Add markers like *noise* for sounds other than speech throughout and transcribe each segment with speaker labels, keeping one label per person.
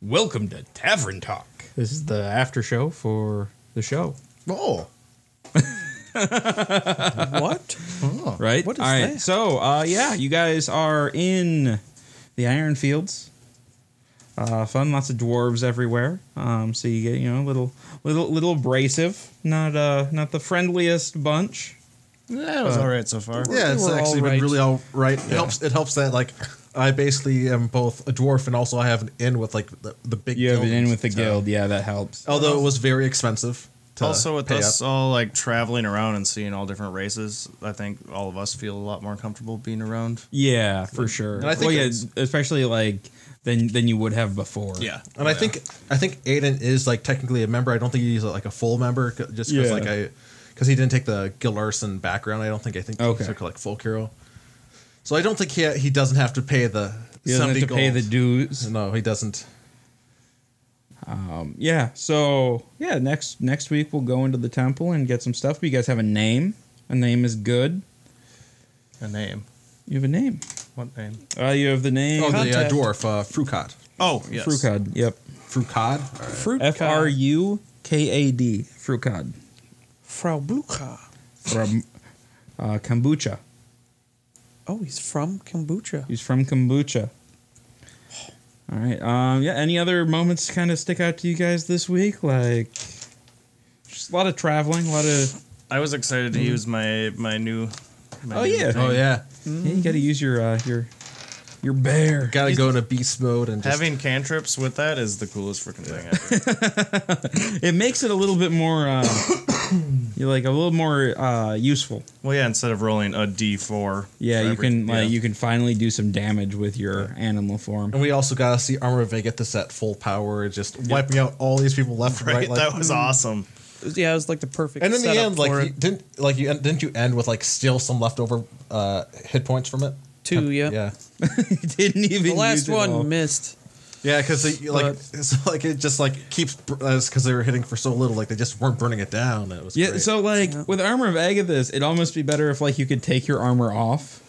Speaker 1: Welcome to Tavern Talk.
Speaker 2: This is the after show for the show.
Speaker 3: Oh,
Speaker 4: what?
Speaker 2: Right?
Speaker 4: What is
Speaker 2: All right.
Speaker 4: that?
Speaker 2: So, uh, yeah, you guys are in the Iron Fields. Uh, fun, lots of dwarves everywhere. Um, so you get, you know, little, little, little abrasive. Not, uh, not the friendliest bunch.
Speaker 4: That was all right so far.
Speaker 3: yeah, it's
Speaker 4: They were
Speaker 3: actually
Speaker 4: all right.
Speaker 3: been really all right. It helps. It helps that like I basically am both a dwarf and also I have an inn with like the, the big.
Speaker 2: You have it in
Speaker 3: guilds.
Speaker 2: with the guild. Yeah, that helps.
Speaker 3: Although it was very expensive. To
Speaker 4: also with
Speaker 3: pay
Speaker 4: us
Speaker 3: up.
Speaker 4: all like traveling around and seeing all different races, I think all of us feel a lot more comfortable being around.
Speaker 2: Yeah, for sure.
Speaker 3: And I think
Speaker 2: well, yeah,
Speaker 3: it's-
Speaker 2: especially like than than you would have before.
Speaker 3: And I think I think Aiden is like technically a member. I don't think he's like a full member c- just because
Speaker 2: Yeah.
Speaker 3: like I because he didn't take the Gil Larson background. I don't think I think
Speaker 2: Okay.
Speaker 3: he took like full hero. So I don't think he he doesn't have to pay the
Speaker 2: You don't have
Speaker 3: 70
Speaker 2: to pay the
Speaker 3: gold.
Speaker 2: dues.
Speaker 3: No, he doesn't.
Speaker 2: Yeah. So yeah, next next week we'll go into the temple and get some stuff. But you guys have a name. A name is good.
Speaker 4: A name.
Speaker 2: You have a name.
Speaker 4: What name?
Speaker 2: Uh, you have the name.
Speaker 3: Oh, the uh,
Speaker 4: Contact.
Speaker 3: dwarf uh, Frucod.
Speaker 4: Oh, yes.
Speaker 2: Frucad. Yep.
Speaker 3: Frucod. All right.
Speaker 4: Fruit
Speaker 2: F R U K A D. Frucad
Speaker 5: Frau Blucher.
Speaker 2: from uh, kombucha.
Speaker 5: Oh, he's from kombucha.
Speaker 2: He's from kombucha. All right. Um, yeah. Any other moments kind of stick out to you guys this week? Like, just a lot of traveling, a lot of.
Speaker 4: I was excited
Speaker 3: Mm-hmm.
Speaker 4: to use my my new. My
Speaker 2: Oh,
Speaker 4: new
Speaker 2: yeah.
Speaker 4: thing.
Speaker 3: Oh yeah,
Speaker 2: Yeah, you got to use your uh, your your bear.
Speaker 3: gotta go into beast mode and just
Speaker 4: Having cantrips with that is the coolest freaking thing ever.
Speaker 2: It makes it a little bit more.
Speaker 5: *coughs*
Speaker 2: Uh, you're like a little more uh, useful.
Speaker 4: well, yeah. Instead of rolling a D four.
Speaker 2: Yeah,
Speaker 4: for
Speaker 2: you
Speaker 4: every-
Speaker 2: can like
Speaker 4: yeah.
Speaker 2: you can finally do some damage with your animal form. *laughs*
Speaker 3: And we also gotta see Armor of Vega get this at full power, just wiping out all these people left and
Speaker 4: Right,
Speaker 3: right. like- mm. hmm.
Speaker 4: that was awesome.
Speaker 5: Yeah, it was like the perfect.
Speaker 3: and in the
Speaker 5: setup
Speaker 3: end,
Speaker 5: for
Speaker 3: like you,
Speaker 5: it.
Speaker 3: didn't like you didn't you end with like still some leftover uh, hit points from it?
Speaker 5: two, yeah.
Speaker 3: Yeah,
Speaker 2: Didn't even
Speaker 5: The
Speaker 2: use
Speaker 5: last
Speaker 2: it all.
Speaker 5: one missed.
Speaker 3: yeah, because like it's *laughs* like it just like keeps because they were hitting for so little, like they just weren't burning it down. and It was
Speaker 2: Yeah,
Speaker 3: great.
Speaker 2: so like
Speaker 5: Yeah.
Speaker 2: with armor of Agathis, it'd almost be better if like you could take your armor
Speaker 5: *laughs*
Speaker 2: off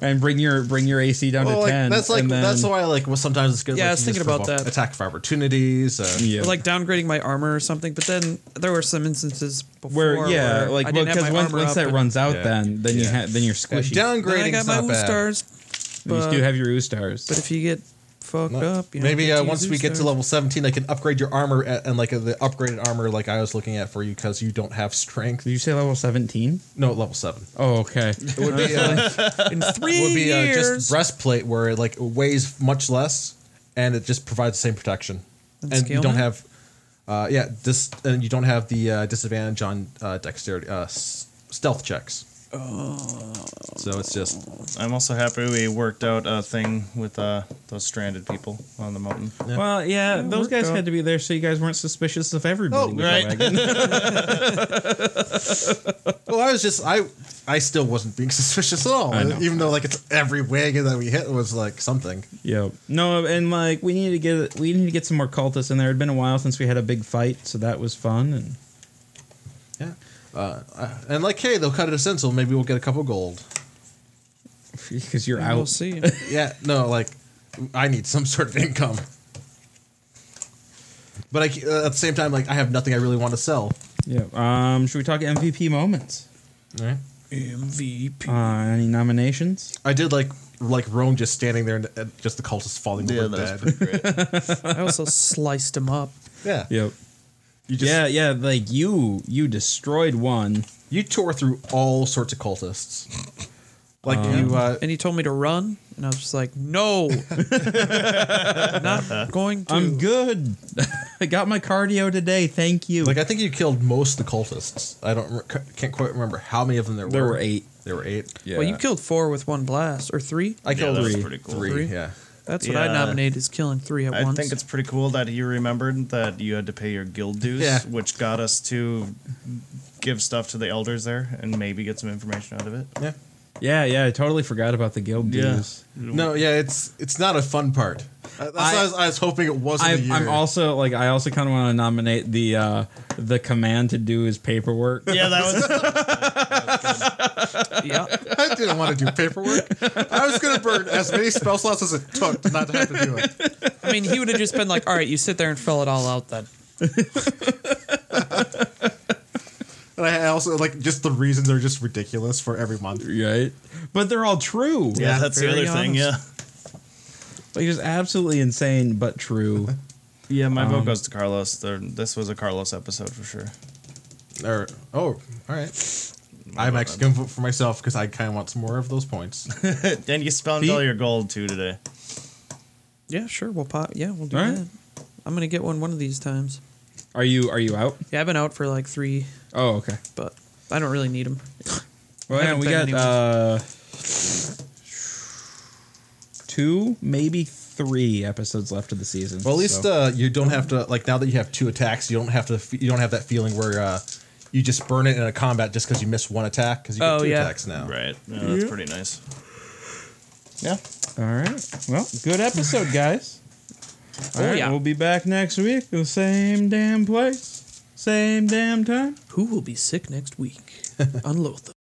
Speaker 2: and bring your bring your AC down
Speaker 3: Well,
Speaker 2: to
Speaker 3: like,
Speaker 2: ten.
Speaker 3: that's like
Speaker 2: and then-
Speaker 3: that's why like well, sometimes it's good.
Speaker 5: Yeah,
Speaker 3: like,
Speaker 5: I was
Speaker 3: you
Speaker 5: thinking
Speaker 3: just
Speaker 5: about
Speaker 3: have
Speaker 5: that.
Speaker 3: Attack for opportunities. Uh,
Speaker 2: Yeah.
Speaker 5: Or, Like downgrading my armor or something, but then there were some instances before
Speaker 2: where yeah,
Speaker 5: where I
Speaker 2: like
Speaker 5: didn't have
Speaker 2: because
Speaker 5: my
Speaker 2: once,
Speaker 5: armor
Speaker 2: once
Speaker 5: up
Speaker 2: that
Speaker 5: and
Speaker 2: runs out,
Speaker 3: Yeah.
Speaker 2: then then you ha- then you're squishy.
Speaker 5: then I
Speaker 3: downgrading's
Speaker 5: got my
Speaker 3: not
Speaker 5: wound
Speaker 3: bad.
Speaker 5: stars.
Speaker 2: you
Speaker 5: But,
Speaker 2: do have your Ustars.
Speaker 5: but if you get fucked
Speaker 3: No.
Speaker 5: up, you know,
Speaker 3: Maybe
Speaker 5: you
Speaker 3: uh,
Speaker 5: can't
Speaker 3: once
Speaker 5: use
Speaker 3: we get to
Speaker 5: stars.
Speaker 3: level 17, I can upgrade your armor at, and like uh, the upgraded armor, like I was looking at for you, because you don't have strength.
Speaker 2: Did you say level seventeen?
Speaker 3: No, level seven.
Speaker 2: Oh,
Speaker 5: *laughs*
Speaker 2: okay.
Speaker 3: It would be, uh,
Speaker 5: in three
Speaker 3: it would be uh,
Speaker 5: years.
Speaker 3: just breastplate where it like weighs much less, and it just provides the same protection.
Speaker 5: And
Speaker 3: And, you don't
Speaker 5: scaleman?
Speaker 3: have, uh, yeah, this and you don't have the uh, disadvantage on uh, dexterity uh, s- stealth checks. Oh. So it's just
Speaker 4: I'm also happy we worked out a thing with uh, those stranded people on the mountain.
Speaker 2: Well, yeah, those
Speaker 5: worked
Speaker 2: guys
Speaker 5: out.
Speaker 2: had to be there so you guys weren't suspicious of everybody.
Speaker 3: Oh,
Speaker 2: with
Speaker 4: right.
Speaker 2: the *laughs* wagon.
Speaker 3: Well, I was just I I still wasn't being *laughs* suspicious at all,
Speaker 2: I know.
Speaker 3: even though like it's every wagon that we hit was like something.
Speaker 2: Yep. No, and like we need to get we need to get some more cultists in there. It'd been a while since we had a big fight, so that was fun. And *laughs*
Speaker 3: Yeah. Uh, uh, and like, hey, they'll cut it a cent, so maybe we'll get a couple gold.
Speaker 2: because you're
Speaker 5: we'll
Speaker 2: out,
Speaker 5: see.
Speaker 3: Yeah, no, like, I need some *laughs* sort of income. But I, ca- uh, at the same time, like, I have nothing I really want to sell.
Speaker 2: yeah. Um, should we talk MVP moments?
Speaker 5: MVP.
Speaker 2: Uh, any nominations?
Speaker 3: I did like like Rome just standing there and, and just the cultists falling over dead.
Speaker 4: great.
Speaker 5: I also sliced him up.
Speaker 3: *laughs* yeah,
Speaker 2: Yep.
Speaker 3: you just
Speaker 2: yeah, yeah. Like you, you destroyed one.
Speaker 3: you tore through all sorts of cultists. Like you, uh,
Speaker 5: And he told me to run, and I was just like, no. not going to.
Speaker 2: I'm good. *laughs* I got my cardio today. Thank you.
Speaker 3: like I think you killed most of the cultists. I don't re- can't quite remember how many of them there,
Speaker 2: there
Speaker 3: were.
Speaker 2: were eight.
Speaker 3: There were eight.
Speaker 2: Yeah.
Speaker 5: Well, you killed four with one blast, or three.
Speaker 3: I killed
Speaker 4: that was
Speaker 3: three.
Speaker 4: pretty cool.
Speaker 3: Three,
Speaker 5: Three?
Speaker 3: yeah.
Speaker 5: That's what I
Speaker 4: Yeah.
Speaker 5: nominate is killing three at
Speaker 4: I
Speaker 5: once.
Speaker 4: think *laughs* it's pretty cool that you remembered that you had to pay your guild dues,
Speaker 3: Yeah.
Speaker 4: which got us to give stuff to the elders there and maybe get some information out of it.
Speaker 3: Yeah.
Speaker 2: yeah, yeah. I totally forgot about the guild dues.
Speaker 3: No, yeah, it's it's not a fun part. Uh, That's
Speaker 2: I-
Speaker 3: why I was, I was hoping it wasn't. a
Speaker 2: I'm,
Speaker 3: year.
Speaker 2: I'm also like I also kind of want to nominate the uh, the command to do his paperwork.
Speaker 4: Yeah, that was
Speaker 5: *laughs* yeah.
Speaker 6: *laughs* I didn't want to do paperwork. I was going to burn as many spell slots as it took to not have to do it.
Speaker 5: I mean, he would have just been like, all right, you sit there and fill it all out then.
Speaker 6: And I also like just the reasons are just ridiculous for every month.
Speaker 2: right? But they're all true.
Speaker 4: Yeah, that's the
Speaker 5: very
Speaker 4: other thing. Yeah.
Speaker 2: Like just absolutely insane, but
Speaker 3: *laughs*
Speaker 2: true.
Speaker 4: Yeah, Um, my vote goes to Carlos. There- this was a Carlos episode for sure.
Speaker 3: Or oh, all right. I'm actually going to vote for myself because I kind of want some more of those points.
Speaker 4: and you spent
Speaker 2: See?
Speaker 4: all your gold too today.
Speaker 5: Yeah, sure. We'll pop. Yeah, we'll do
Speaker 2: All right.
Speaker 5: that. I'm gonna get one one of these times.
Speaker 2: Are you are you out?
Speaker 5: Yeah, I've been out for like three,
Speaker 2: Oh, okay.
Speaker 5: but I don't really need them.
Speaker 2: Well, yeah,
Speaker 5: Haven't
Speaker 2: we got
Speaker 5: been
Speaker 2: uh, two, maybe three episodes left of the season.
Speaker 3: Well, at least
Speaker 2: so-
Speaker 3: uh, you don't have to like now that you have two attacks, you don't have to f- you don't have that feeling where uh, you just burn it in a combat just because you miss one attack because you get
Speaker 5: Oh,
Speaker 3: two
Speaker 5: yeah.
Speaker 3: attacks now.
Speaker 4: Right. Yeah, that's pretty nice. Yeah.
Speaker 2: all right. Well, good episode, guys. All
Speaker 5: Oh,
Speaker 2: right,
Speaker 5: yeah.
Speaker 2: we'll be back next week. The same damn place, same damn time.
Speaker 5: *laughs* Who will be sick next week? Unload them.